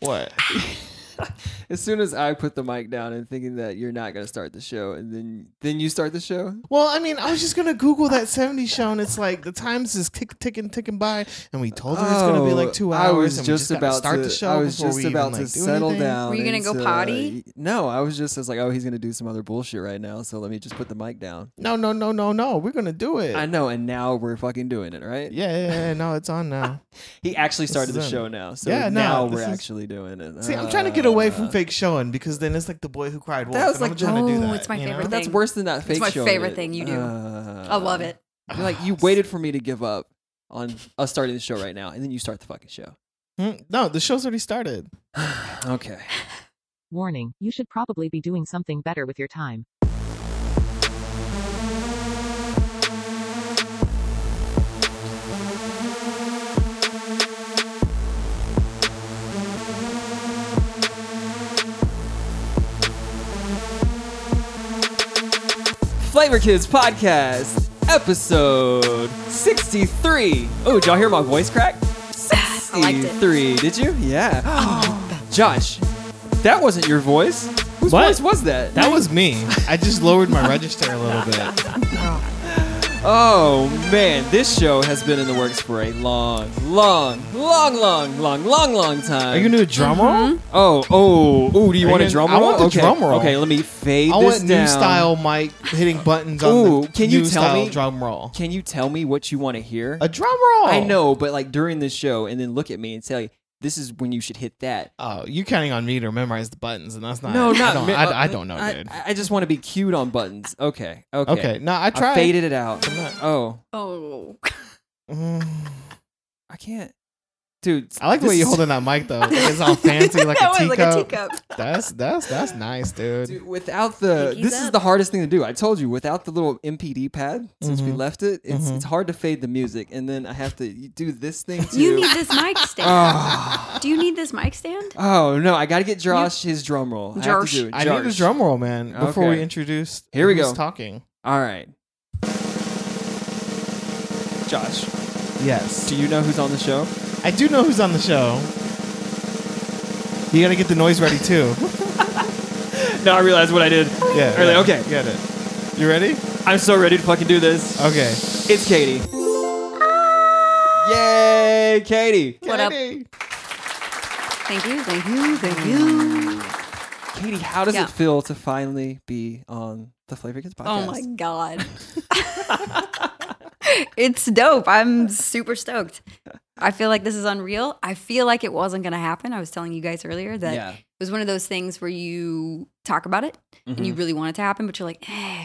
What? As soon as I put the mic down and thinking that you're not gonna start the show, and then then you start the show. Well, I mean, I was just gonna Google that '70s show, and it's like the times is tick, ticking, ticking by, and we told her it's gonna be like two hours. Oh, I was and we just, gotta about start to, the show. I was before just we even, about like, to do settle anything. down. Were you gonna go into- potty? No, I was just I was like, oh, he's gonna do some other bullshit right now, so let me just put the mic down. No, no, no, no, no. We're gonna do it. I know, and now we're fucking doing it, right? yeah, yeah, yeah, no, it's on now. He actually started is the it. show now, so Yeah, no, now this we're is- actually doing it. See, I'm trying to get away Uh, from fake showing because then it's like the boy who cried wolf. That was and I'm like- trying to do Oh, that. it's my you know? favorite But that's thing. worse than that fake my show. favorite thing you do. Uh, I love it. You're like you waited for me to give up on us starting the show right now, and then you start the fucking show. Hmm? No, the show's already started. okay. Warning, you should probably be doing something better with your time. Flavor Kids Podcast, episode 63. Oh, did y'all hear my voice crack? I liked Oh, 63. Did you? Yeah. Josh, that wasn't your voice. Whose What? voice was that? That was me. I just lowered my register a little bit. Oh man, this show has been in the works for a long, long, long, long, long, long, long time. Are you gonna do a drum roll? Oh, oh, oh! Do you Are you want a gonna- drum I roll? want the okay. drum roll. Okay, let me fade I this want down. new style mic hitting buttons on Ooh, the can you new tell style me- drum roll. Can you tell me what you want to hear? A drum roll. I know, but like during this show, and then look at me and say, "This is when you should hit that." Oh, you're counting on me to memorize the buttons, and that's not. no, not I don't, mi- uh, I, I don't know, I, dude. I just want to be cued on buttons. Okay, okay, okay. no, I I, tried. faded it out. I'm not- Oh, Oh, Mm. I can't, dude. I like the way this you're is- holding that mic though. It's all fancy, like, that a, was teacup. like a teacup. That's that's that's nice, dude. Dude, without the Pinkies this is up. the hardest thing to do. I told you without the little MPD pad since we Mhm. left it, it's Mhm. it's hard to fade the music, and then I have to do this thing too. You need this mic stand. oh, Do you need this mic stand? oh no, I gotta get Josh his drum roll. I have to Josh. do it. I need a Josh. drum roll, man. Before Okay. we introduce, Here we who's go. Talking. All right, Josh. Yes. Do you know who's on the show? I do know who's on the show. You gotta get the noise ready too. No, I realized what I did. yeah. Really? yeah. Okay. Get it. You ready? I'm so ready to fucking do this. Okay. It's Katie. Yay, Katie. What up? Katie. Thank you, Mm. thank you, thank you. Katie, how does Yeah. it feel to finally be on the Flavor Kids podcast? Oh my god, it's dope. I'm super stoked. I feel like this is unreal. I feel like it wasn't gonna happen. I was telling you guys earlier that Yeah. it was one of those things where you talk about it and you Mhm. really want it to happen, but you're like, eh.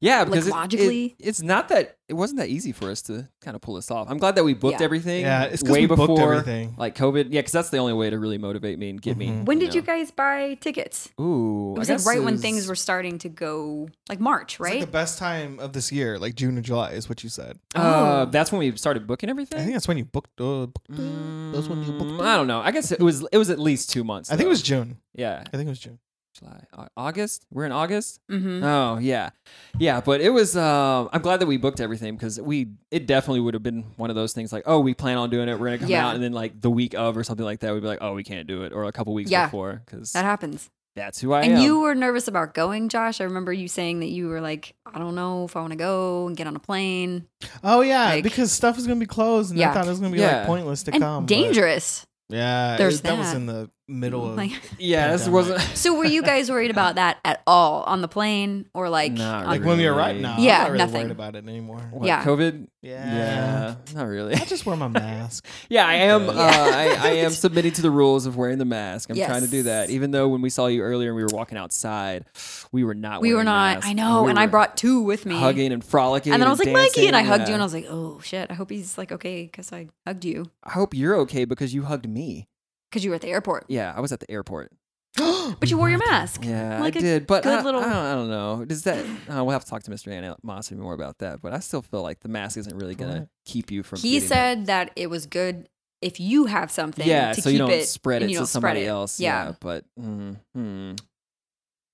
yeah, like, because it- it- logically- it's not that it wasn't that easy for us to kind of pull this off. I'm glad that we booked Yeah. everything. Yeah, it's 'cause way we booked before everything. like COVID. Yeah, because that's the only way to really motivate me and get me. Mhm. When did know. you guys buy tickets? Mm, Ooh, It was I like guess right when it things was- were starting to go like March, It's right? like the best time of this year, like June or July, is what you said. Uh, Oh. that's when we started booking everything. I think that's when you booked. Uh, booked it. that's when you booked. Mm, I don't know. I guess it was it was at least two months. I think it though. was June. yeah, I think it was June. July, Au- August. We're in August. mm-hmm. Oh yeah, yeah. But it was. Um, I'm glad that we booked everything because we it definitely would have been one of those things like, oh, we plan on doing it. We're gonna come Yeah. out, and then like the week of or something like that, we'd be like, oh, we can't do it, or a couple weeks Yeah. before because That happens. that's who I and am. you were nervous about going, Josh. I remember you saying that you were like, I don't know if I want to go and get on a plane Oh yeah, Like- because stuff was gonna be closed, and I Yeah. thought it was gonna be Yeah. like pointless to and come. but- dangerous. Yeah, There's it- that was that. in the middle of. Like, yeah, this Pandemic. wasn't. so were you guys worried about that at all on the plane or like? uh, Not on- Like when we were right Really? now, Yeah, I'm not really nothing. worried about it anymore. What, Yeah. COVID. Yeah. yeah, not really. I just wear my mask. Yeah, I am. Yeah. Uh, I, I am submitting to the rules of wearing the mask. I'm trying to do that. Yes. Even though when we saw you earlier and we were walking outside, we were not. we were wearing not. masks. I know, We and I were brought two with me. hugging and frolicking. and then I was like, Mikey, dancing. and I hugged Yeah. you, and I was like, oh shit, I hope he's like okay because I hugged you I hope you're okay because you hugged me. because you were at the airport, Yeah, I was at the airport. but you wore your mask. Yeah, Like I a did, but good I, little- I, don't, I don't know. Does that? Uh, we'll have to talk to Mr. Animosity more about that. But I still feel like the mask isn't really gonna Right. keep you from. He getting it. said that it was good if you have something. Yeah, to so keep you don't it spread and it you to don't spread somebody it. else. Yeah, but mm, hmm.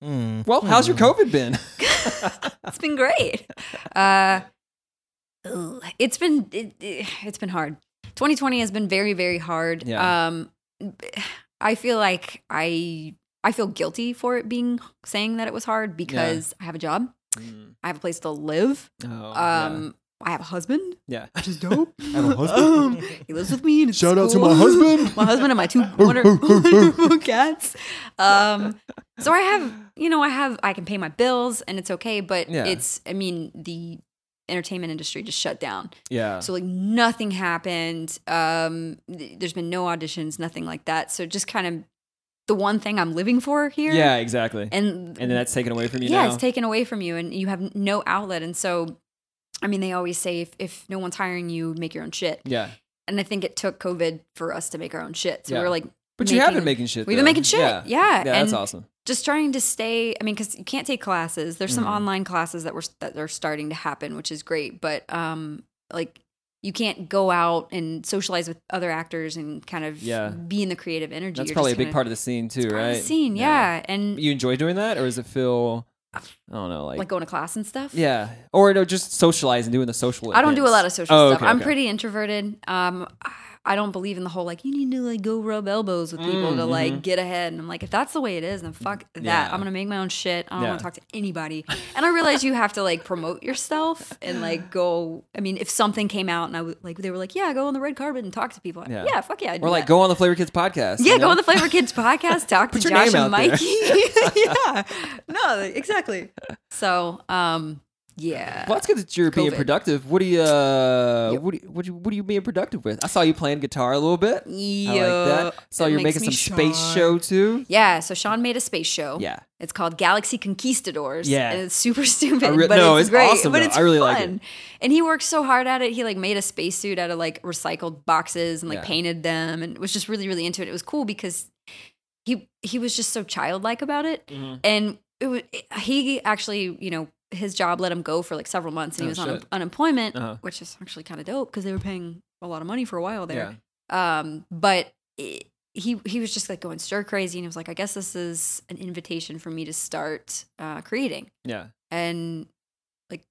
Mm. well, how's your Mm. COVID been? it's been great. Uh, ugh, it's been it, it, has been hard. 2020 has been very very hard. Yeah. Um, I feel like I I feel guilty for it being saying that it was hard because I have a job, Mm. I have a place to live, Oh, um, I have a husband, yeah. which is dope. Um, I have a husband. he lives with me. And it's Shout out to cool. my husband. my husband and my two wonder- wonderful cats. Um, so I have, you know, I have, I can pay my bills and it's okay. But Yeah. it's, I mean, the entertainment industry just shut down. yeah. So like nothing happened. Um, th- there's been no auditions, nothing like that. So just kind of the one thing I'm living for here. yeah, exactly. And, And then that's taken away from you yeah, now. it's taken away from you, and you have no outlet. And so, I mean, they always say if, if no one's hiring you, make your own shit. yeah. And I think it took COVID for us to make our own shit. So Yeah. we were like, But you have been making- making shit. we've been though. making shit. Yeah. Yeah. Yeah, that's and awesome. just trying to stay. I mean, because you can't take classes. There's some Mhm. online classes that were that are starting to happen, which is great. But um, like you can't go out and socialize with other actors and kind of Yeah. be in the creative energy. That's You're probably a just big kinda- part of the scene too, part of right? the scene. Yeah, and You enjoy doing that, or does it feel? I don't know, like, like, going to class and stuff. yeah, or no, just socializing, doing the social. I don't do a events. lot of social Oh, stuff. okay, I'm okay. pretty introverted. Um, I- I don't believe in the whole like you need to like go rub elbows with people Mm, to like mhm. get ahead. And I'm like, if that's the way it is, then fuck that. Yeah. I'm gonna make my own shit. I don't Yeah. want to talk to anybody. And I realize you have to like promote yourself and like go. I mean, if something came out and I would like, they were like, yeah, go on the red carpet and talk to people. Yeah. Yeah, fuck yeah. I'd do Or like that. go on the Flavor Kids podcast. Yeah, you know? go on the Flavor Kids podcast. Talk to Put your Josh name and out there. Mikey. yeah, no, exactly. So, um, yeah. Well, that's good that you're being COVID. productive. What do you, uh, Yep. what, do you, what do you, what are you being productive with? I saw you playing guitar a little bit. Yeah, I like that. Saw it you're makes making me some space shy. show too. Yeah, so Sean made a space show. Yeah, It's called Galaxy Conquistadors. Yeah. And it's super stupid. I re- but no, it's, it's great. awesome, but though. it's I really like it. fun. And he worked so hard at it. He like made a spacesuit out of like recycled boxes and like Yeah. painted them and was just really, really into it. It was cool because he he was just so childlike about it. Mm-hmm. And it was he actually, you know, his job let him go for like several months and Oh, he was on shit. un- unemployment, Uh-huh. which is actually kind of dope because they were paying a lot of money for a while there yeah, um but it, he he was just like going stir crazy and he was like i guess this is an invitation for me to start uh creating yeah, and like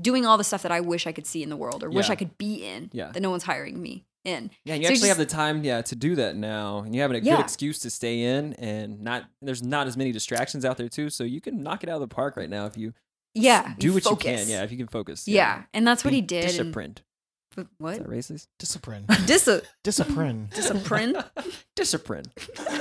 doing all the stuff that i wish i could see in the world or wish Yeah. i could be in Yeah. that no one's hiring me in yeah. and You So actually you have just- the time, yeah, to do that now, and you have a good Yeah. excuse to stay in and not. There's not as many distractions out there too, so you can knock it out of the park right now if you yeah do you what you focus. can. Yeah, if you can focus. yeah. and that's what Be he did and, Disciplined. but Is that what racist? Discipline. Disa Discipline. discipline Discipline.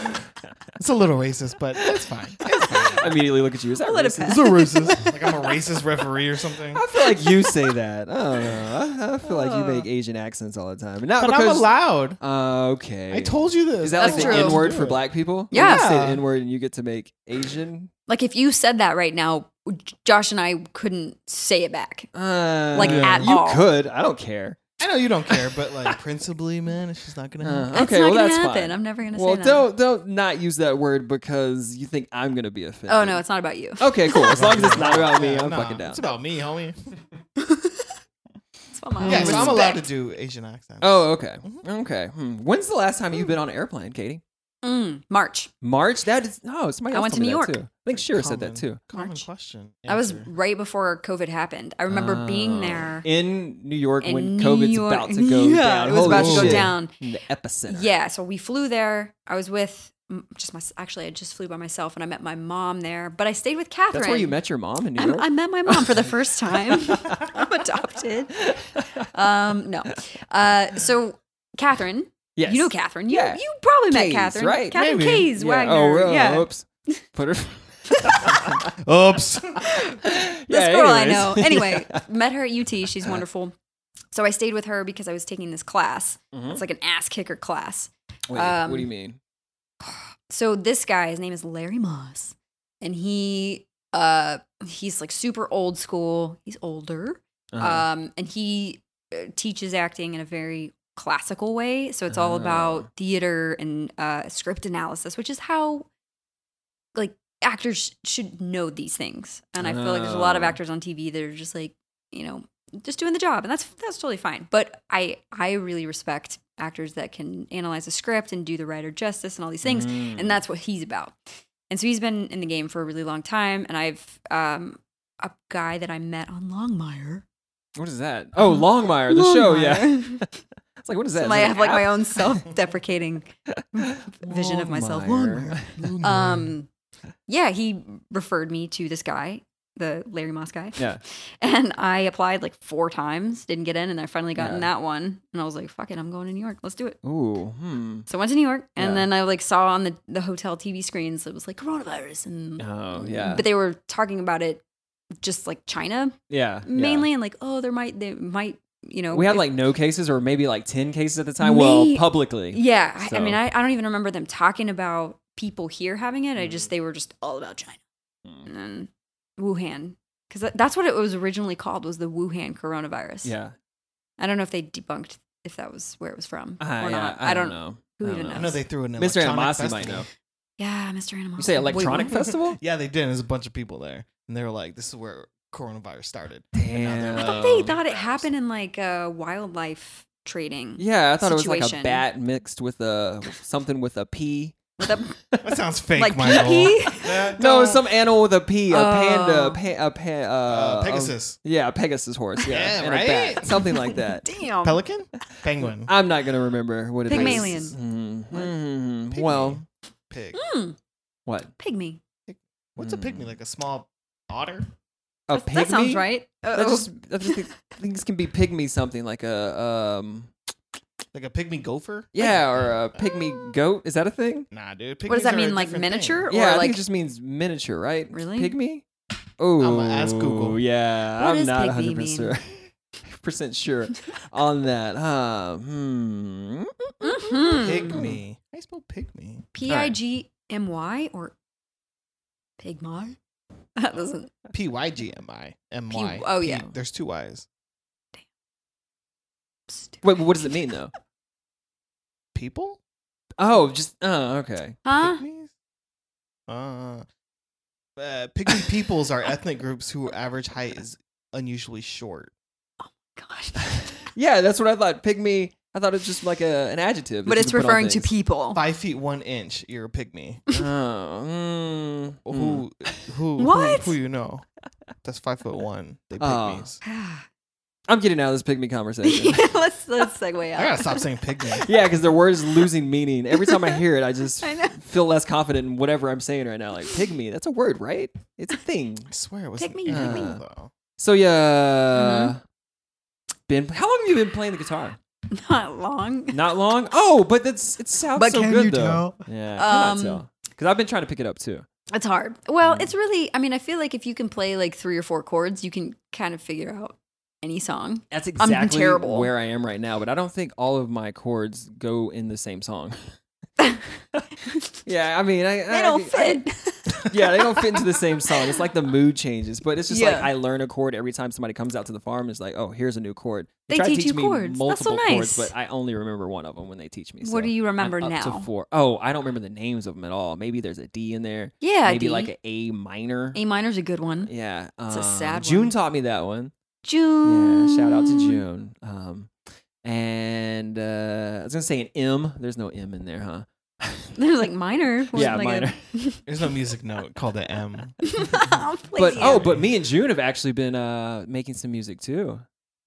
It's a little racist, but it's fine. It's fine. Immediately look at you. Is that I'll let it racist? pass. It's a racist. Like I'm a racist referee or something. I feel like you say that. I don't know. I, I feel like Uh. you make Asian accents all the time. Not But I'm because. allowed. Uh, okay. I told you this. Is that like That's true. the N word for black people? You Yeah. can say the N word and you get to make Asian. like if you said that right now josh and i couldn't say it back Uh, Like, at you all. could. I don't care. I know you don't care, but like principally, man, it's just not gonna. Uh, happen. that's okay, not well gonna that's happen fine. i'm never gonna well, say that don't don't not use that word because you think I'm gonna be offended. oh no it's not about you okay, cool. As long as it's not about me, Yeah, I'm nah, fucking down. It's about me, homie. it's about my Yeah, so I'm allowed to respect. do Asian accent. oh, okay, Mhm. okay. Hmm. When's the last time you've been on an airplane, Katie? Mm, March. March. That is. Oh, somebody I else told went to me New that, York. Too. I think Shira said that too. Common March. question. That was Answer. right before COVID happened. I remember being Oh. there in New York in when New COVID's York. about to go yeah, down. It was Holy about to go shit. down. In the epicenter. Yeah, so we flew there. I was with mm, just my actually I just flew by myself and I met my mom there, but I stayed with Catherine. That's where you met your mom in New I'm- York. I met my mom for the first time. I'm adopted. Um, no. Uh, so Catherine, yes. you know Catherine. You, Yeah. you probably met Kays, Catherine, right? Catherine Maybe. Kays Yeah. Wagner. Oh, well, yeah. oops. Put her. Oops. this Yeah, anyways. girl Uh-huh. I know. Anyway, met her at UT. She's wonderful. So I stayed with her because I was taking this class. Mhm. It's like an ass kicker class. Wait, Um, what do you mean? So this guy, his name is Larry Moss, and he uh he's like super old school. He's older. Uh-huh. Um and he uh, teaches acting in a very classical way. So it's all Oh. about theater and uh script analysis, which is how like actors sh- should know these things. And I feel like there's a lot of Oh. actors on TV that are just like, you know, just doing the job and that's that's totally fine but i i really respect actors that can analyze a script and do the writer justice and all these things Mm. and that's what he's about and so he's been in the game for a really long time and i've um a guy that i met on longmire What is that? Oh, Longmire, the show. Yeah. Mm-hmm. Longmire. It's It's like what is that? So Is my- I that have an like my app? own self-deprecating vision of myself. Longmire. Um, yeah, he referred me to this guy, the Larry Moss guy. Yeah. And I applied like four times, didn't get in, and I finally got in Yeah. that one. And I was like, "Fuck it, I'm going to New York. Let's do it." Ooh. Hmm. So I went to New York, and Yeah. then I like saw on the the hotel TV screens it was like coronavirus, and Oh yeah. but they were talking about it just like China yeah. yeah. mainly, and like oh, there might they might you know We had if- like no cases, or maybe like ten cases at the time. Well, May- publicly. yeah. I- I mean, so- I, I don't even remember them talking about people here having it. I just they were just all about China. Mm. and then Wuhan because that's what it was originally called was the Wuhan coronavirus. Yeah. I don't know if they debunked if that was where it was from Ah, or yeah, not. I, I don't. know. who I don't even I know. know they threw an Mr. electronic Animasi festival. might know. Yeah, Mr. Animal. You say electronic festival? Yeah, they did. and There's a bunch of people there, and they were like, "This is where coronavirus started." I Damn. thought they thought it happened in like uh, wildlife trading. Yeah, I thought it was like a Situation. bat mixed with a something with a pea. With a, That sounds fake, Like Michael. pee-pee? That No, it was don't- some animal with a pea, a Oh. panda, pa- a pa- uh, uh, Pegasus, a- yeah, a Pegasus horse. Yeah, Yeah, and a right? bat, something like that. damn. pelican, penguin, I'm not gonna remember what it is. Pygmalion. Mhm. What? Mhm. Pygmy. Well, pig. Mm, what? pygmy. What's a Mm. pygmy? Like a small otter? A That- That sounds pygmy? right. Oh. That Uh-oh. just, that just things can be pygmy something like a um Like a pygmy gopher? uh, yeah or a pygmy goat. Is that a thing? Nah, dude. what does pygmies that are a mean? Like different thing. miniature Yeah, I or think like it just means miniature, right? Really? Pygmy? Oh, ask Google. Yeah, What I'm does not pygmy 100 mean? percent percent sure on that. Huh? Hmm. mhm. Pygmy. I spell pygmy. P I G M Y or pygmar? That doesn't. P Y G M I M Y. P- oh, yeah. There's two Y's. Wait, what does it mean though? People? Oh, just oh, okay. Huh? Pygmies? Uh, uh, pygmy peoples are ethnic groups whose average height is unusually short. Gosh. Yeah, that's what I thought. Pygmy. I thought it was just like a, an adjective. that But you it's could put on referring to things. people. Five feet one inch, you're a pygmy. Mm. Oh, mm, mm. Who, who, What? who, who you know? That's five foot one. They Oh. pygmies. I'm getting out of this pygmy conversation. Yeah, let's let's segue I out. gotta stop saying pygmy. yeah, because the word is losing meaning every time I hear it. I just I know. feel less confident in whatever I'm saying right now. Like pygmy, that's a word, right? It's a thing. I swear it was Pick an me, pick animal, me. though. So yeah, been how long have you been playing the guitar? Not long. Not long. Oh, but that's it sounds But so can good you though. tell? Yeah, Um, because I've been trying to pick it up too. It's hard. Well, it's really. I mean, I feel like if you can play like three or four chords, you can kind of figure out any song. That's I'm exactly terrible. where I am right now. But I don't think all of my chords go in the same song. yeah, I mean, I, They don't fit. yeah, they don't fit into the same song. It's like the mood changes, but it's just like Yeah. I learn a chord every time somebody comes out to the farm. and It's like, oh, here's a new chord. They try to teach teach you me chords. That's so multiple chords, nice. but I only remember one of them when they teach me. What so do you I'm remember up now? To four. Oh, I don't remember the names of them at all. Maybe there's a D in there. yeah, maybe D. like an A minor. A minor's a good one. yeah, It's a um, sad June one. Mm. taught me that one. June. Yeah, shout out to June. Um, and uh, I was gonna say an M. There's no M in there, huh? There's like minor. Wasn't yeah, like minor. There's no music note called the M. i but oh, but me and June have actually been uh, making some music too.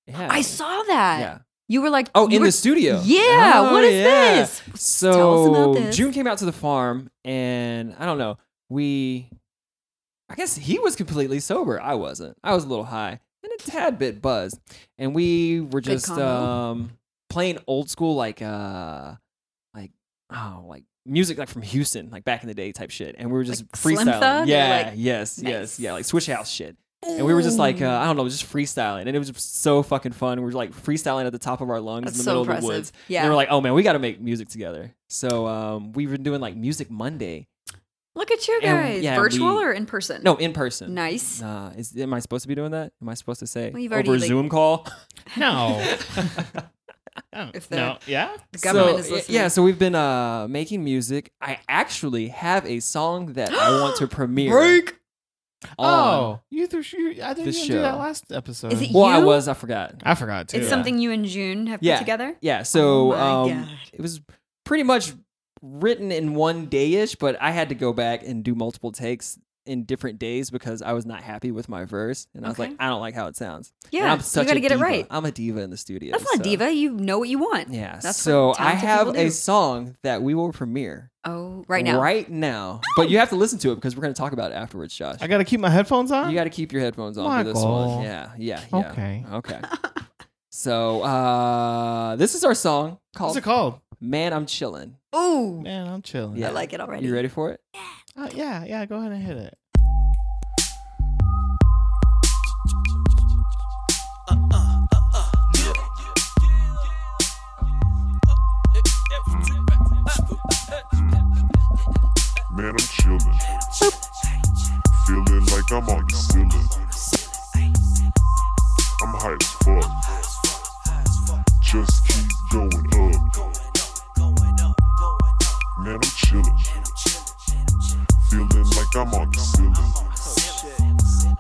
Yeah, I saw that. Oh. Yeah. You were like, Oh, you in were- the studio. Yeah. Oh, what is yeah. this? So Tell us about this. June came out to the farm, and I don't know. We, I guess he was completely sober. I wasn't. I was a little high and a tad bit buzzed, and we were Good just combo. um playing old school like uh like oh like music like from Houston like back in the day type shit, and we were just Like Slim freestyling. Thug or, yeah. like- yes. Yes. Nice. Yeah. Like switch house shit. And we were just like, uh, I don't know, just freestyling. And it was just so fucking fun. We were like freestyling at the top of our lungs That's in the so middle of impressive. the woods. Yeah. And we were like, oh man, we got to make music together. So um, we've been doing like Music Monday. Look at you And, guys. yeah, Virtual we- or in person? No, in person. Nice. Uh, is, am I supposed to be doing that? Am I supposed to say Well, you've already, over a like- Zoom call? No. Oh, If no. Yeah. The government so, is y- listening. Yeah, so we've been uh, making music. I actually have a song that I want to premiere. on- Oh, you threw. You, I the didn't even do that show. last episode. Is it- Well, I You? was. I forgot. I forgot too. It's something you and June have Yeah. put together? Oh Yeah, so my um, God. it was pretty much written in one day ish, but I had to go back and do multiple takes in different days because I was not happy with my verse, and I was like, Okay. I don't like how it sounds. And Yeah, I'm such you got to a get it diva. right. I'm a diva in the studio. That's not so- diva. You know what you want. Yeah. That's what so I talented have people a do. song that we will premiere Oh, right now. Right now, but you have to listen to it because we're going to talk about it afterwards, Josh. I gotta keep my headphones on. you got to keep your headphones on for this Michael. one. Yeah. Yeah. Yeah. Uh, Okay. Okay. so uh, this is our song What's called it called? "Man I'm Chillin'." Ooh, Man, I'm chilling. Yeah. I like it already. You ready for it? Uh, yeah, yeah. Go ahead and hit it. Man, I'm chillin'. Feeling like I'm on the ceiling. I'm high as fuck. Just keep going up. Man, I'm chillin'. Feeling like I'm on the ceiling.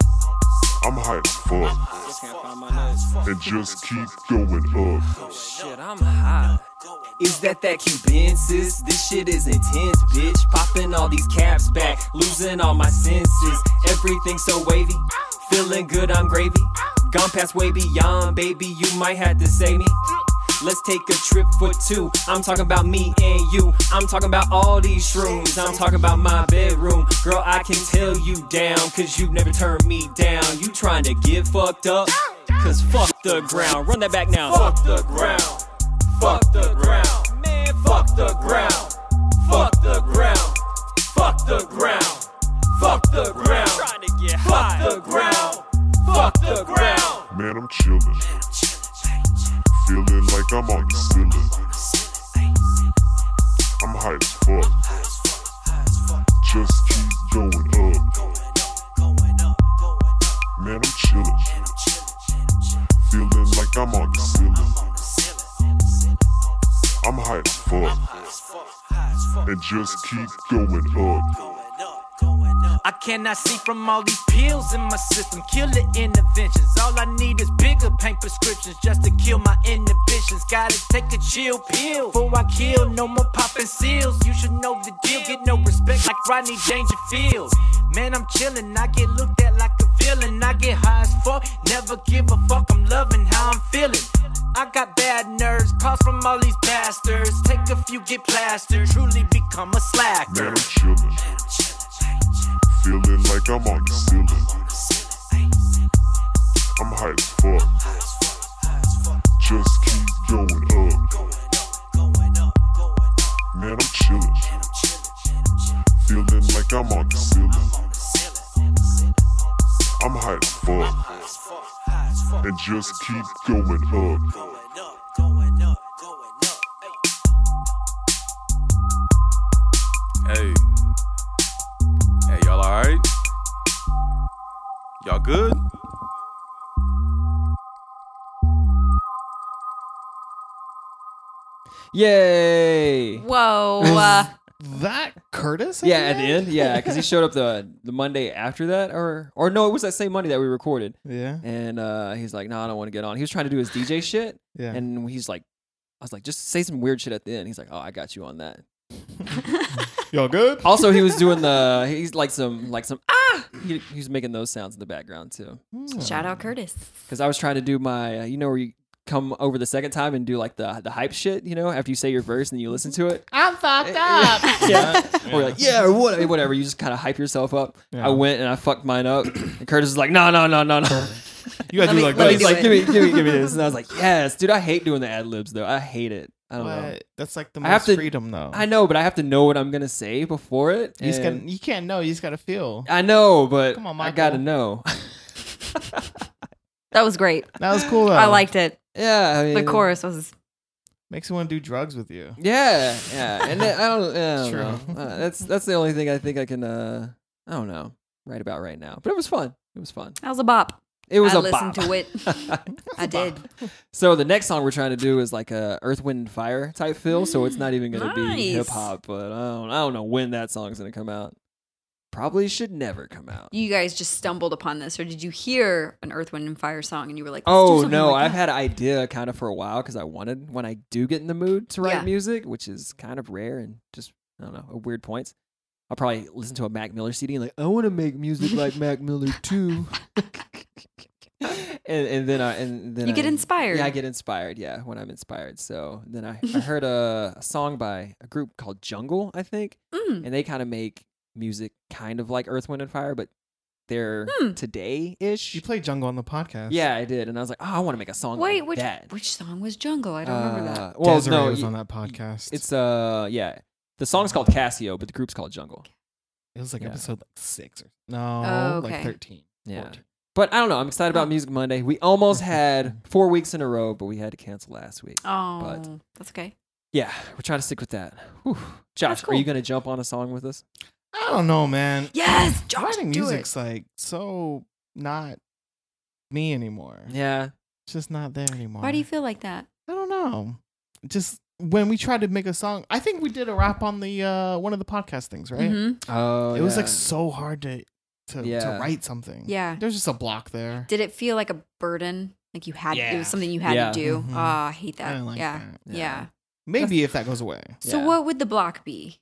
I'm high as fuck. And just keep going up. Shit, I'm high. Is that that Cuban sis? This shit is intense, bitch. Popping all these caps back, losing all my senses. Everything so wavy, feeling good, I'm gravy. Gone past way beyond, baby, you might have to save me. Let's take a trip for two. I'm talking about me and you. I'm talking about all these shrooms. I'm talking about my bedroom. Girl, I can tell you down, cause you never turn me down. You trying to get fucked up? Cause fuck the ground. Run that back now. Fuck the ground. Fuck the ground, man. Fuck the ground. Fuck the ground. Fuck the ground. Fuck the ground. Trying to get high. Fuck the ground. Fuck the ground. Man, I'm chillin'. Feeling like I'm on the ceiling. I'm high as fuck. Just keep going up. Man, I'm chillin'. Feeling like I'm on the ceiling. I'm high as fuck. And just keep going up. I cannot see from all these pills in my system. Killer interventions. All I need is bigger pain prescriptions just to kill my inhibitions. Gotta take a chill pill before I kill. No more popping seals. You should know the deal. Get no respect like Rodney Dangerfield. Man, I'm chillin'. I get looked at like a villain. I get high as fuck. Never give a fuck. I'm loving how I'm feeling. I got bad nerves, calls from all these bastards. Take a few, get plastered. Truly become a slacker. Man, I'm chillin'. Feeling like I'm on the ceiling. I'm high as fuck. Just keep going up. Man, I'm chillin'. Feeling like I'm on the ceiling. I'm high as fuck. And just keep going up. Hey. Hey, y'all alright? Y'all good? Yay! Whoa. Uh, That Curtis? Yeah, at the end. Yeah, because he showed up the the Monday after that, or or no, it was that same Monday that we recorded. Yeah. And uh, he's like, "No, I don't want to get on." He was trying to do his DJ shit, Yeah. and he's like, "I was like, just say some weird shit at the end." He's like, "Oh, I got you on that." Y'all good? Also, he was doing the he's like some like some ah. He, he was making those sounds in the background too, shout out Curtis. because I was trying to do my uh, you know where you come over the second time and do like the the hype shit, you know, after you say your verse and you listen to it. I'm fucked up. yeah. Or like, yeah, or whatever, whatever. You just kind of hype yourself up. Yeah. I went and I fucked mine up. And Curtis was like, no, no, no, no, no. You gotta Let do me- like let me He's this. do like, it. give me, give me, give me this. And I was like, yes, dude, I hate doing the ad libs though. I hate it. I don't know. What? That's like the I have most to- freedom though. I know, but I have to know what I'm gonna say before it. You just and- can, you can't know. You just gotta feel. I know, but Come on, I Michael. gotta know. That was great. That was cool though. I liked it. yeah, I mean, The chorus was Makes me want to do drugs with you. Yeah, yeah, and then, I don't. yeah, I don't It's true. know. Uh, that's that's the only thing I think I can. uh I don't know. Write about right now, but it was fun. It was fun. that was a bop. It was I a listened bop. to it. I did. So the next song we're trying to do is like a Earth, Wind, and Fire type feel. So it's not even gonna be Mm, Nice. hip hop, but I don't, I don't know when that song's gonna come out. Probably should never come out. You guys just stumbled upon this, or did you hear an Earth, Wind, and Fire song and you were like, "Let's do Oh something no, like I've that." had an idea kind of for a while because I wanted when I do get in the mood to write Yeah. music, which is kind of rare and just I don't know, at weird points. I'll probably listen to a Mac Miller CD and like, I want to make music like Mac Miller too. and, and then I and then You get I- inspired. Yeah, I get inspired. Yeah, when I'm inspired. So then I, I heard a, a song by a group called Jungle, I think, Mm. and they kind of make music kind of like Earth, Wind, and Fire, but they're Hmm. today ish. You played Jungle on the podcast. Yeah, I did, and I was like, oh, I want to make a song. Wait, like which that. which song was Jungle? I don't remember that. Uh, Well, Desiree no, was y- on that podcast. It's uh, yeah, the song's called Casio, but the group's called Jungle. it was like yeah. episode like six or no, Oh, like okay. thirteen. Yeah. 14. But I don't know. I'm excited Oh. about Music Monday. We almost had four weeks in a row, but we had to cancel last week. Oh, but- that's okay. Yeah, we're trying to stick with that. Whew. Josh, That's are you cool. going to jump on a song with us? I don't know, man. Yes, Josh, Writing do music's it. like so not me anymore. Yeah. It's just not there anymore. Why do you feel like that? I don't know. Just when we tried to make a song, I think we did a rap on the uh one of the podcast things, right? Mhm. Oh, it was like so hard to to, Yeah. to write something. Yeah. There's just a block there. Did it feel like a burden? Like you had it Yeah. was something you had Yeah. to do. Mhm. Ah, I hate that. I like yeah. that. yeah. Maybe if that goes away. So Yeah. what would the block be?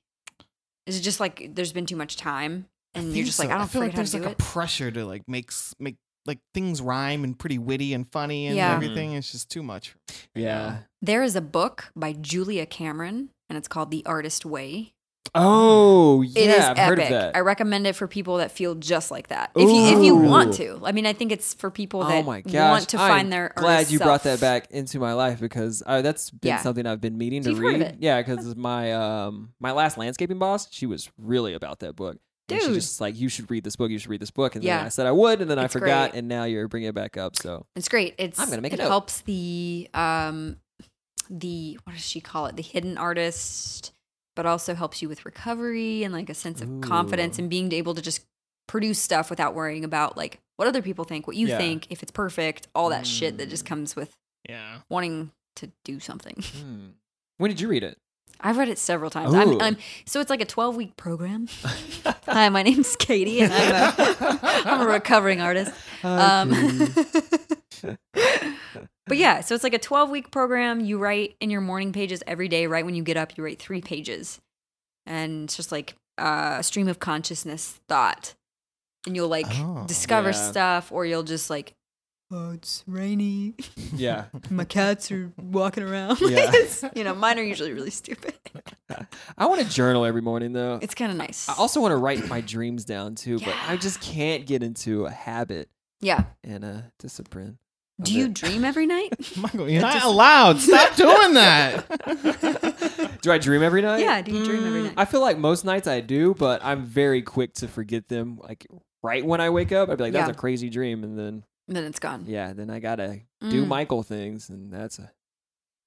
Is it just like there's been too much time and you're think just like so. I don't feel like forget how there's to do like a it? pressure to like make s- make like things rhyme and pretty witty and funny and Yeah. Mm. everything. It's just too much. Yeah. There is a book by Julia Cameron and it's called The Artist Way. Oh, yeah. It is I've epic. heard of that. I recommend it for people that feel just like that. If you if you Ooh. want to. I mean, I think it's for people oh that my gosh. want to I'm find their glad artist you brought that self. back into my life because uh, that's been Yeah. something I've been meaning So to you've heard of read. it. Yeah, because my um my last landscaping boss, she was really about that book. And she Dude. just like you should read this book. You should read this book, and Yeah. then I said I would, and then It's I forgot, great. and now you're bringing it back up. So It's great. It's I'm gonna make a it note. helps the um the what does she call it? The hidden artist, but also helps you with recovery and like a sense of confidence Ooh. and being able to just produce stuff without worrying about like what other people think, what you Yeah. think, if it's perfect, all that shit that just Mm. comes with Yeah. wanting to do something. hmm. when did you read it? I've read it several times. I'm, Ooh. I'm so it's like a 12 week program. Hi, my name's Katie, and I'm a, I'm a recovering artist. Um, but yeah, so it's like a 12 week program. You write in your morning pages every day, right when you get up, you write three pages. And it's just like uh, a stream of consciousness thought. And you'll like Oh. discover Yeah. stuff, or you'll just like, oh, it's rainy. yeah, My cats are walking around. Yeah. It's- you know, mine are usually really stupid. I want to journal every morning though. It's kind of nice. I also want to write my dreams down too, but I Yeah. just can't get into a habit yeah. and a discipline. of Do you it. dream every night? Michael, you're not allowed. Stop doing that. Do I dream every night? Yeah, do you dream every night? I feel like most nights I do, but I'm very quick to forget them. Like right when I wake up, I'd be like, "That was Yeah. a crazy dream," and then And then it's gone. yeah, then I gotta do Mm. Michael things, and that's a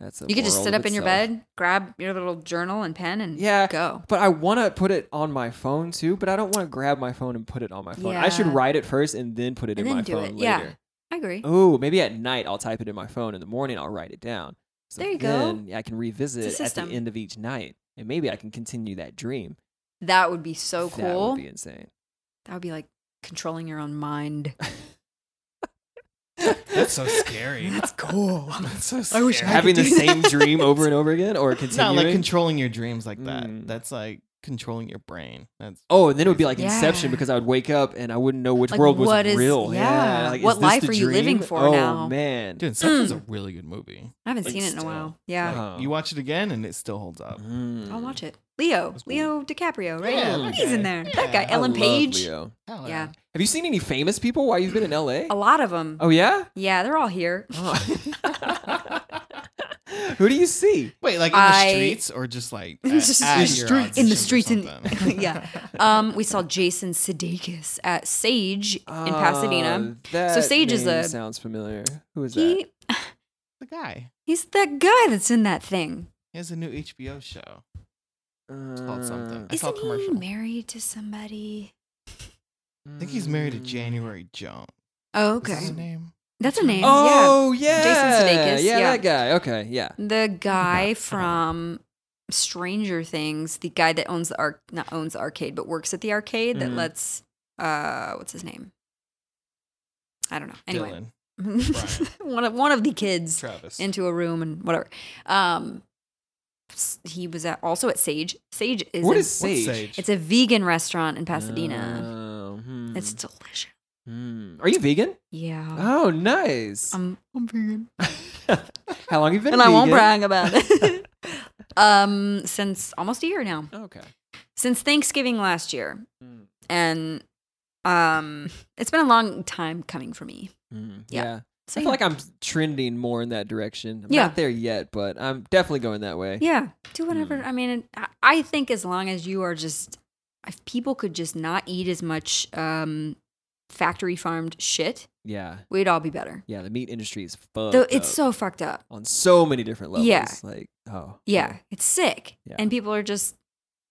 that's a. You could just world sit of up in your itself. bed, grab your little journal and pen, and Yeah. go. But I want to put it on my phone too, but I don't want to grab my phone and put it on my phone. I should Yeah. write it first and then put it in And then my do phone it. Yeah. later. I agree. Oh, maybe at night I'll type it in my phone. In the morning I'll write it down. So There you go. then I can revisit at the system. end of each night, and maybe I can continue that dream. That would be so cool. That would be insane. like controlling your own mind. That's so scary. That's cool. That's so I scary. wish I could Having the do same that. dream over and over again, or it's not continuing. like controlling your dreams like that. Mm. That's like controlling your brain. That's oh, and then it would be like Inception Yeah. because I would wake up and I wouldn't know which Like, world was what is- real. yeah. like, What is this life the are you living dream? for oh, now? man. dude. Inception's Mm. a really good movie. I haven't Like, seen it in a still. while. Yeah. Like, Uh-huh. you watch it again and it still holds up. Mm. I'll watch it. Leo. That's cool. Leo DiCaprio, right? Yeah, that He's in guy. there. That guy. Yeah. I Ellen love Page. Leo. Hell Yeah. Have you seen any famous people while you've been in LA? A lot of them. Oh yeah. Yeah, they're all here. Oh, Who do you see? Wait, like in the I- streets or just like at, Just at in the your streets. In the audition or streets and- something? yeah. Um, we saw Jason Sudeikis at Sage Uh, in Pasadena. Ah, Um, That So Sage is name a- sounds familiar. Who is that? He the guy. he's that guy that's in that thing. He has a new HBO show. It's Mm. called something. I saw a Isn't he commercial. married to somebody? I think he's married to January Jones. Oh, Is that his okay. name? That's a name. yeah. Oh yeah, Sudeikis, Yeah, yeah. that guy. Okay, yeah. The guy from Stranger Things, the guy that owns the arc, not owns the arcade, but works at the arcade that Mm-hmm. Mhm. lets, uh, what's his name? I don't know. Anyway, Dylan one of one of the kids Travis. into a room and whatever. Um, s- he was at, also at Sage. Sage is What a- is Sage? Sage? It's a vegan restaurant in Pasadena. Oh, Uh, hmm. it's delicious. Hmm. Are you vegan? Yeah. Oh, nice. Um, I'm, I'm vegan. How long you been? and Um, I won't vegan? brag about it. um, since almost a year now, Okay. since Thanksgiving last year, Mm. and um, it's been a long time coming for me. Hmm. Mm. Yeah. yeah. So I yeah. feel like I'm trending more in that direction. I'm Yeah. not there yet, but I'm definitely going that way. yeah, do whatever. Mm. I mean, I- I think as long as you are just, if people could just not eat as much um, factory farmed shit, Yeah. we'd all be better. Yeah, the meat industry is fucked. Though it's up so fucked up. on so many different levels. Yeah. Like, oh. Yeah, it's sick, Yeah. and people are just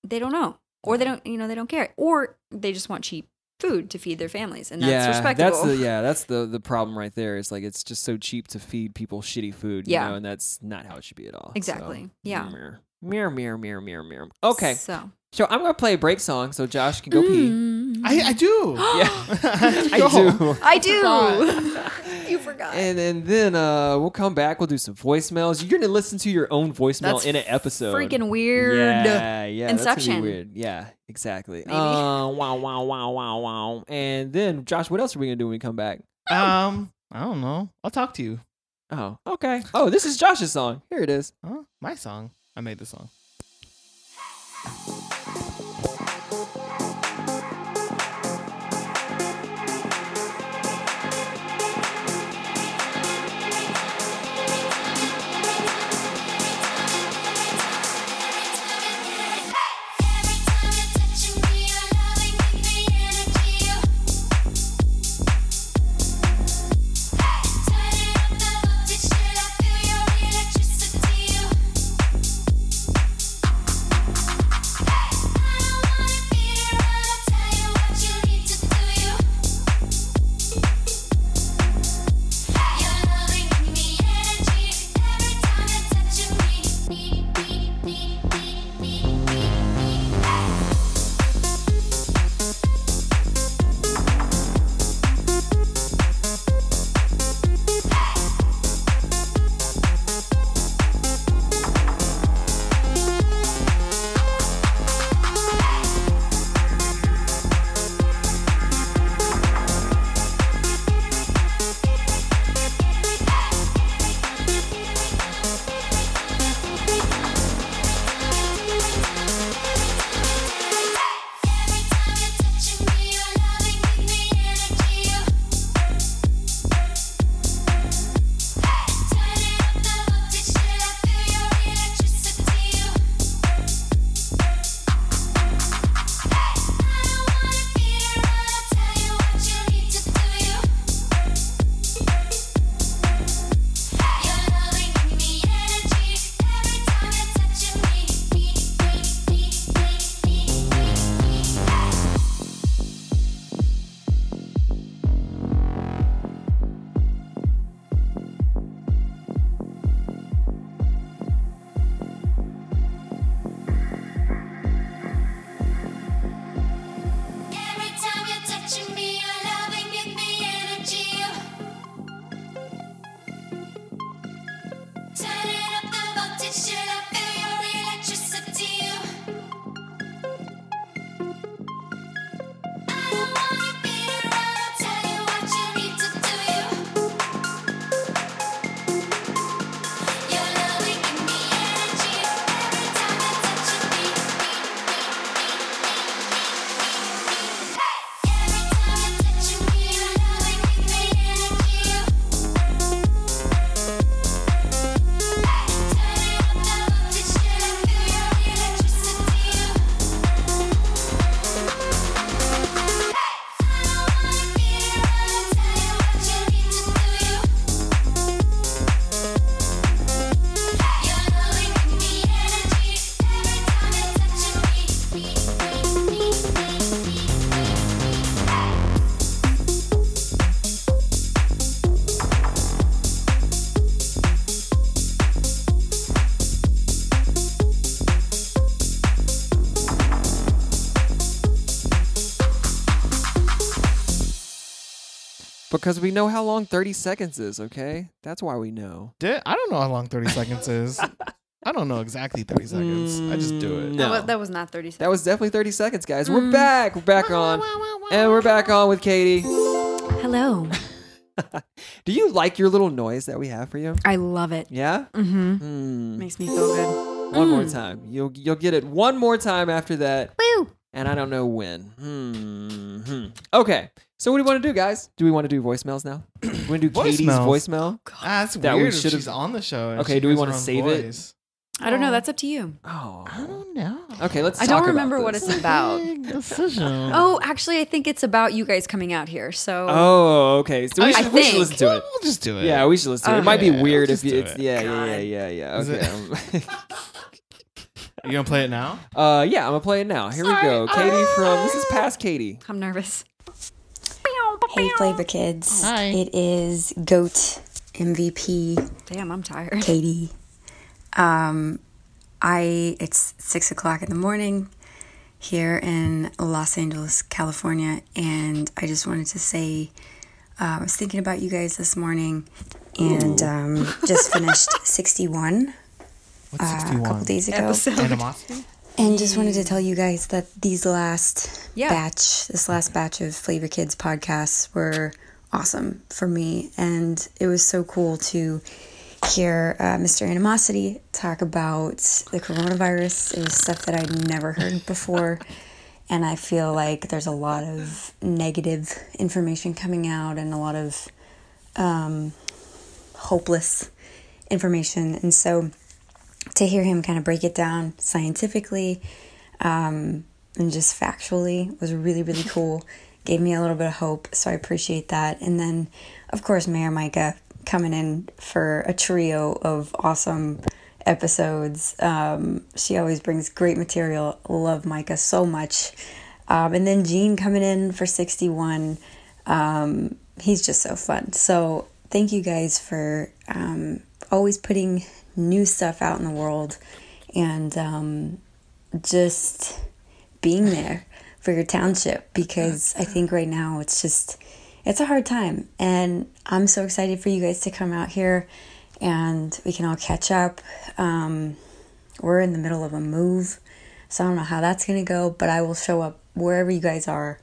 they don't know, or they don't, you know, they don't care, or they just want cheap food to feed their families, and that's yeah, respectable. That's the yeah, that's the the problem right there. Is like it's just so cheap to feed people shitty food, you Yeah. know, and that's not how it should be at all. So, Exactly. Yeah. Mirror, mirror, mirror, mirror, mirror, mirror. mm. Okay. So So I'm gonna play a break song so Josh can go pee. Mm. I, I do. Yeah. Yo. I do. I do. you forgot. And and then uh, we'll come back. We'll do some voicemails. You're gonna listen to your own voicemail That's in an episode. Freaking weird. Yeah, yeah. That's gonna Inception. be weird. Yeah, exactly. Maybe. Uh, wow, wow, wow, wow, wow. And then Josh, what else are we gonna do when we come back? Um, I don't know. I'll talk to you. Oh, okay. Oh, this is Josh's song. Here it is. Huh? My song. I made the song. Because we know how long 30 seconds is, okay? That's why we know. Did I don't know how long thirty seconds is. I don't know exactly 30 seconds. I just do it. No. That, was, that was not 30 seconds. That was definitely 30 seconds, guys. We're back. We're back on. And we're back on with Katie. Hello. Do you like your little noise that we have for you? I love it. Yeah? Mm. Mm-hmm. Hmm. Makes me feel good. One more time. You'll you'll get it one more time after that, Woo! and I don't know when. Hmm. Okay. So what do we want to do, guys? Do we want to do voicemails now? we want to do Katie's voicemail? Voicemails. Ah, that's That we weird. if should've- she's on the show. and Okay, she do we gives wanna her own save it? voice. I don't know. That's up to you. Oh. know. Okay. Let's. I don't talk about remember what this. it's about. decision. Oh, actually, I think it's about you guys coming out here. So Oh. Okay. So we I should, we should think. listen to it. We'll just do it. Yeah, we should listen to it. It Okay. might be Yeah, weird let's if you, just it's do it. yeah, yeah, yeah, yeah, yeah. Is Okay. you gonna play it now? I'm- uh, yeah, I'm gonna play it now. Here we go. Katie from this is past Katie. I'm nervous. Hey, Flavor Kids. Hi. It is GOAT MVP Damn, I'm tired. Katie. Um, I it's six o'clock in the morning here in Los Angeles, California, and I just wanted to say uh, I was thinking about you guys this morning, and um, just finished sixty-one What's Uh, a 61? couple days ago. Episode. Animosity? And just wanted to tell you guys that these last Yeah. batch, this last batch of Flavor Kids podcasts were awesome for me. And it was so cool to hear uh, Mr. Animosity talk about the coronavirus. It was stuff that I'd never heard before. and I feel like there's a lot of negative information coming out and a lot of um, hopeless information. And so to hear him kind of break it down scientifically um, and just factually was really really cool gave me a little bit of hope so i appreciate that and then of course mayor micah coming in for a trio of awesome episodes um, she always brings great material love micah so much um, and then gene coming in for 61 um, he's just so fun. So thank you guys for um, always putting new stuff out in the world and um, just being there for your township because I think right now it's just it's a hard time and I'm so excited for you guys to come out here and we can all catch up. Um, we're in the middle of a move, so I don't know how that's gonna go, but I will show up wherever you guys are.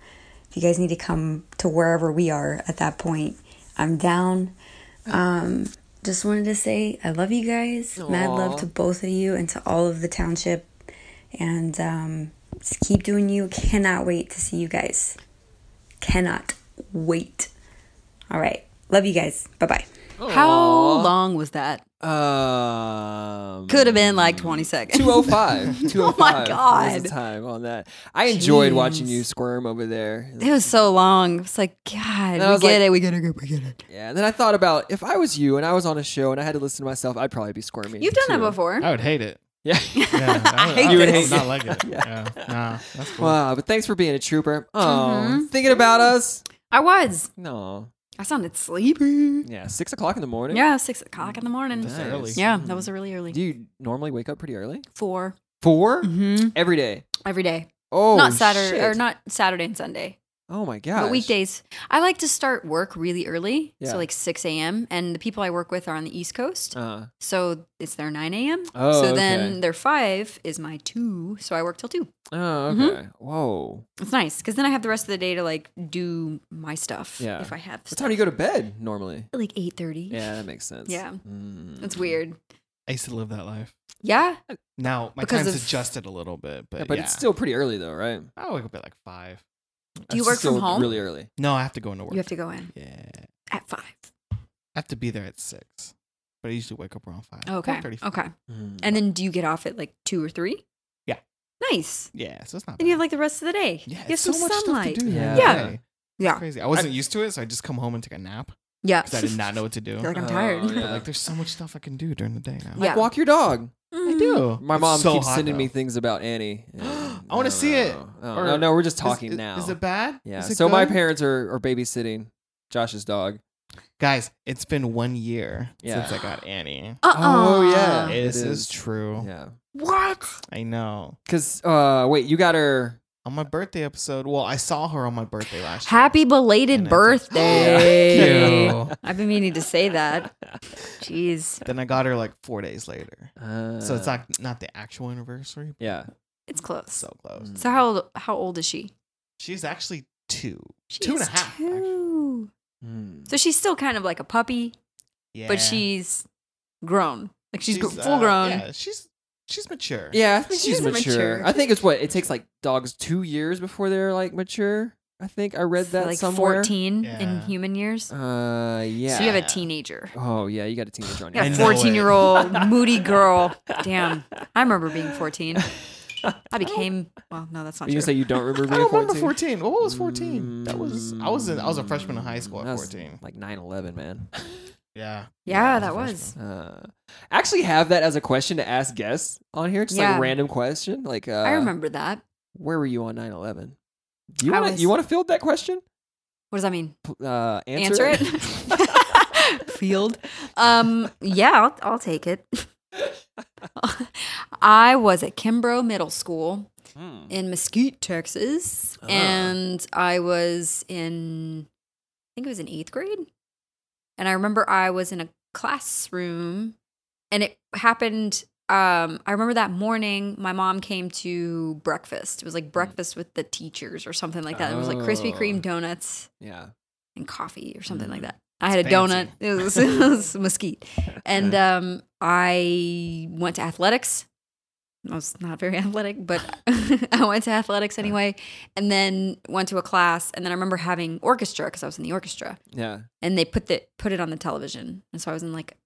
If you guys need to come to wherever we are at that point, I'm down. Um, just wanted to say I love you guys. Mad love to both of you and to all of the township. And um, just keep doing you. Cannot wait to see you guys. Cannot wait. All right. Love you guys. Bye bye. How long was that? Um, Could have been like 20 seconds. 205. 205 was Oh God. the time on that. I enjoyed watching Jeez. you squirm over there. It was so long. It's like, God, I we was get like- it. We get it. We get it. Yeah, and then I thought about if I was you and I was on a show and I had to listen to myself, I'd probably be squirming. You've done that too. before. I would hate it. Yeah. Yeah, I, would, hate I would this. not like it. yeah. Nah, that's cool. Wow, but thanks for being a trooper. Mm-hmm. Oh, thinking about us? I was. No. I sounded sleepy. Yeah, six o'clock in the morning. Yeah, six o'clock in the morning. Nice. early. Yeah, that was really early. Do you normally wake up pretty early? 4 4 Mm-hmm. Every day. Every day. Oh, not Saturday shit. or not Saturday and Sunday. Oh my god. But weekdays, I like to start work really early, Yeah. so like six a.m. And the people I work with are on the East Coast, Uh, so it's their nine a.m. Oh, so okay. then their five is my two, so I work till two. oh, okay. Mhm. Whoa. It's nice because then I have the rest of the day to like do my stuff. Yeah. if I have What stuff. time do you go to bed normally? like eight thirty. Yeah, that makes sense. Yeah. Mm. it's weird. I used to live that life. Yeah, Now my Because time's of- adjusted a little bit, but Yeah, but it's still pretty early though, right? I wake up at like five. That's you work from still home? Really early. No, I have to go into work. you have to go in yeah, I at five. have to be there at six, but I usually wake up around five. Okay, 4:35. okay. Mm. And then do you get off at like two or three? Yeah. nice. Yeah, so it's not. Then you bad. have like the rest of the day. yeah, you have it's so some much sunlight. stuff to do. Yeah. Yeah, Yeah. Yeah, crazy. I wasn't used to it, so I just come home and take a nap yeah. because I did not know what to do. You're like I'm Oh, tired. yeah. Like, there's so much stuff I can do during the day now. Like Yeah. walk your dog. I Mm-hmm. do. My It's mom so keeps hot, sending me though. things about Annie. and I don't wanna see it. know. Oh, Or- no, no, we're just Is- talking is- now. Is it bad? yeah. Is it So my good? parents are, are babysitting Josh's dog. guys, it's been one year Yeah. since I got Annie. Uh-uh. Oh, yeah. It This is is. true. Yeah. What? I know. Cause uh wait, you got her on my birthday episode. Well, I saw her on my birthday last year. Happy belated And I- "Oh, birthday. Thank you. I've been meaning to say that. Jeez. Then I got her like four days later. Uh, So it's like not the actual anniversary. yeah. It's close. So So, close. Mm. how old how old is she? She's actually two, She two and a is half. actually. two. Hmm. So she's still kind of like a puppy, Yeah. but she's grown. Like she's, gr- uh, full grown. Yeah, she's she's mature. Yeah, I think She's she's mature. mature. I think it's what it takes like dogs two years before they're like mature. I think I read that like somewhere. 14 in Yeah. human years. Uh, yeah. So you have Yeah. a teenager. oh yeah, you got a teenager on You your I got a know hands. it. 14 year old moody girl. Damn. I remember being 14. I became, well, no, that's not You true. gonna say you don't remember I being don't remember 14? fourteen. What was fourteen? That was I was in I was a freshman in Mm, high school Mm, That at was fourteen. Like 9-11, man. Yeah. yeah, I that a was. freshman. Uh, I actually have that as a question to ask guests on here, just like Yeah. a random question. Like, uh, I remember that. Where were you on 9-11? Do you I want was- to you want to field that question? What does that mean? P- Uh, answer, Answer, it? Field. Um, yeah, I'll, I'll take it. I was at Kimbrough Middle School Hmm. in Mesquite, Texas. Ah. And I was in, I think it was in eighth grade. And I remember I was in a classroom and it happened. Um, I remember that morning my mom came to breakfast. It was like breakfast with the teachers or something like that. It was like Krispy Hmm. Oh. Kreme donuts Yeah. and coffee or something like that. I had It's a donut. fancy. It was, it was mesquite, and um, I went to athletics. I was not very athletic, but I went to athletics anyway, and then went to a class. And then I remember having orchestra because I was in the orchestra, Yeah. and they put the put it on the television, and so I was in like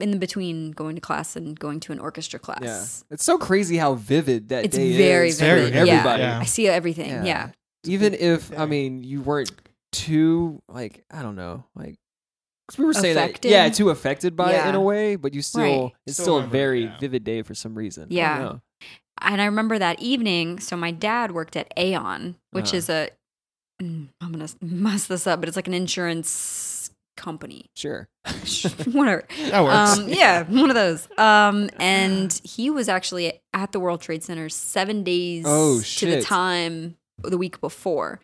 in the between going to class and going to an orchestra class. Yeah. It's so crazy how vivid that It's day very is Very vivid. for vivid, everybody. yeah. I see everything. Yeah. Even if I Yeah. mean you weren't too like I don't know like 'cause we were saying Affected? that yeah too affected by it Yeah. in a way, but you still Right. it's Still still, a remember it, very yeah. vivid day for some reason. I don't Yeah. know. and I remember that evening. So my dad worked at Aon, which Uh-huh. is a mm, I'm gonna mess this up, but it's like an insurance company, Sure. whatever. That works. Um, yeah, one of those. Um, and he was actually at the World Trade Center seven days Oh, to the shit. time the week before.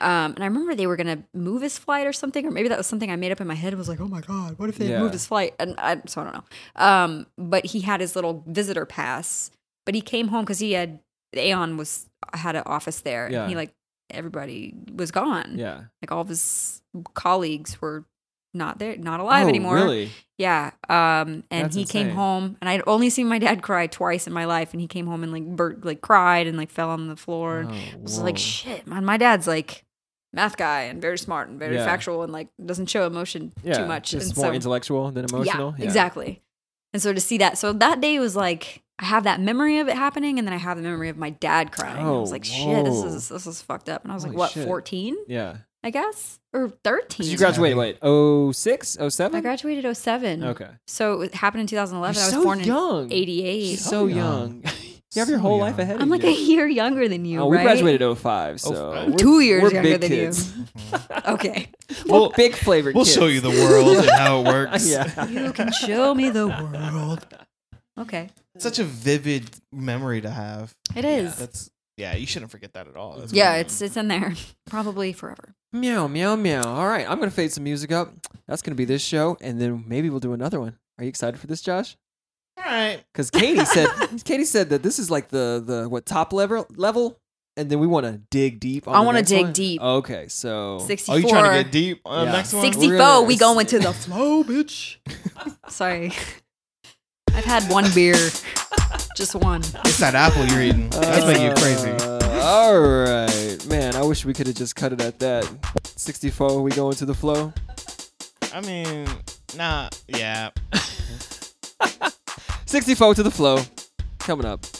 Um, and I remember they were gonna move his flight or something, or maybe that was something I made up in my head. It was like, oh my god, what if they had Yeah. moved his flight? And I, so I don't know. Um, but he had his little visitor pass, but he came home because he had Aon was had an office there, Yeah. and he like everybody was gone. Yeah. Like all of his colleagues were not there, not alive anymore. Oh, Really? Yeah. Um, and That's he came insane. home, and I'd only seen my dad cry twice in my life, and he came home and like bur- like cried and like fell on the floor. and Oh, was like, whoa. shit, man. My dad's like math guy and very smart and very Yeah. factual and like doesn't show emotion Yeah, too much. It's and more so, intellectual than emotional. Yeah, exactly. And so to see that, so that day was like I have that memory of it happening, and then I have the memory of my dad crying. I was Oh, like, shit, this whoa. is this is fucked up. And I was like, Holy what, shit. fourteen, Yeah. I guess, or 'Cause thirteen. you graduated what? Oh six? Oh I seven? graduated 07. Okay. So it happened in 2011. You're I was so born young. in 88. She's so young. you have So your whole life young. ahead I'm of like you. a year younger than you, Oh, right? we graduated 05, so Oh, we're- Two years we're younger big than kids. you. Okay. We're We'll- big flavored Mm-hmm. We'll kids. show you the world and how it works. yeah. You can show me the world. Okay. Such a vivid memory to have. It is. Yeah, That's yeah, you shouldn't forget that at all. That's great. it's it's in there. Probably forever. Meow, meow, meow. All right, I'm going to fade some music up. That's going to be this show, and then maybe we'll do another one. Are you excited for this, Josh? all right. Because Katie said Katie said that this is like the the what top level level, and then we want to dig deep. On I want wanna to dig deep. Okay, so 64. Are oh, you trying to get deep on Yeah. the next one? 64, We're gonna- we going to the flow, bitch. Sorry. I've had one beer. Just one. It's that apple you're eating. That's making you crazy. Uh, all right, man. I wish we could have just cut it at that. 64. We going to the flow. I mean, nah, yeah. 64 to the flow. Coming up.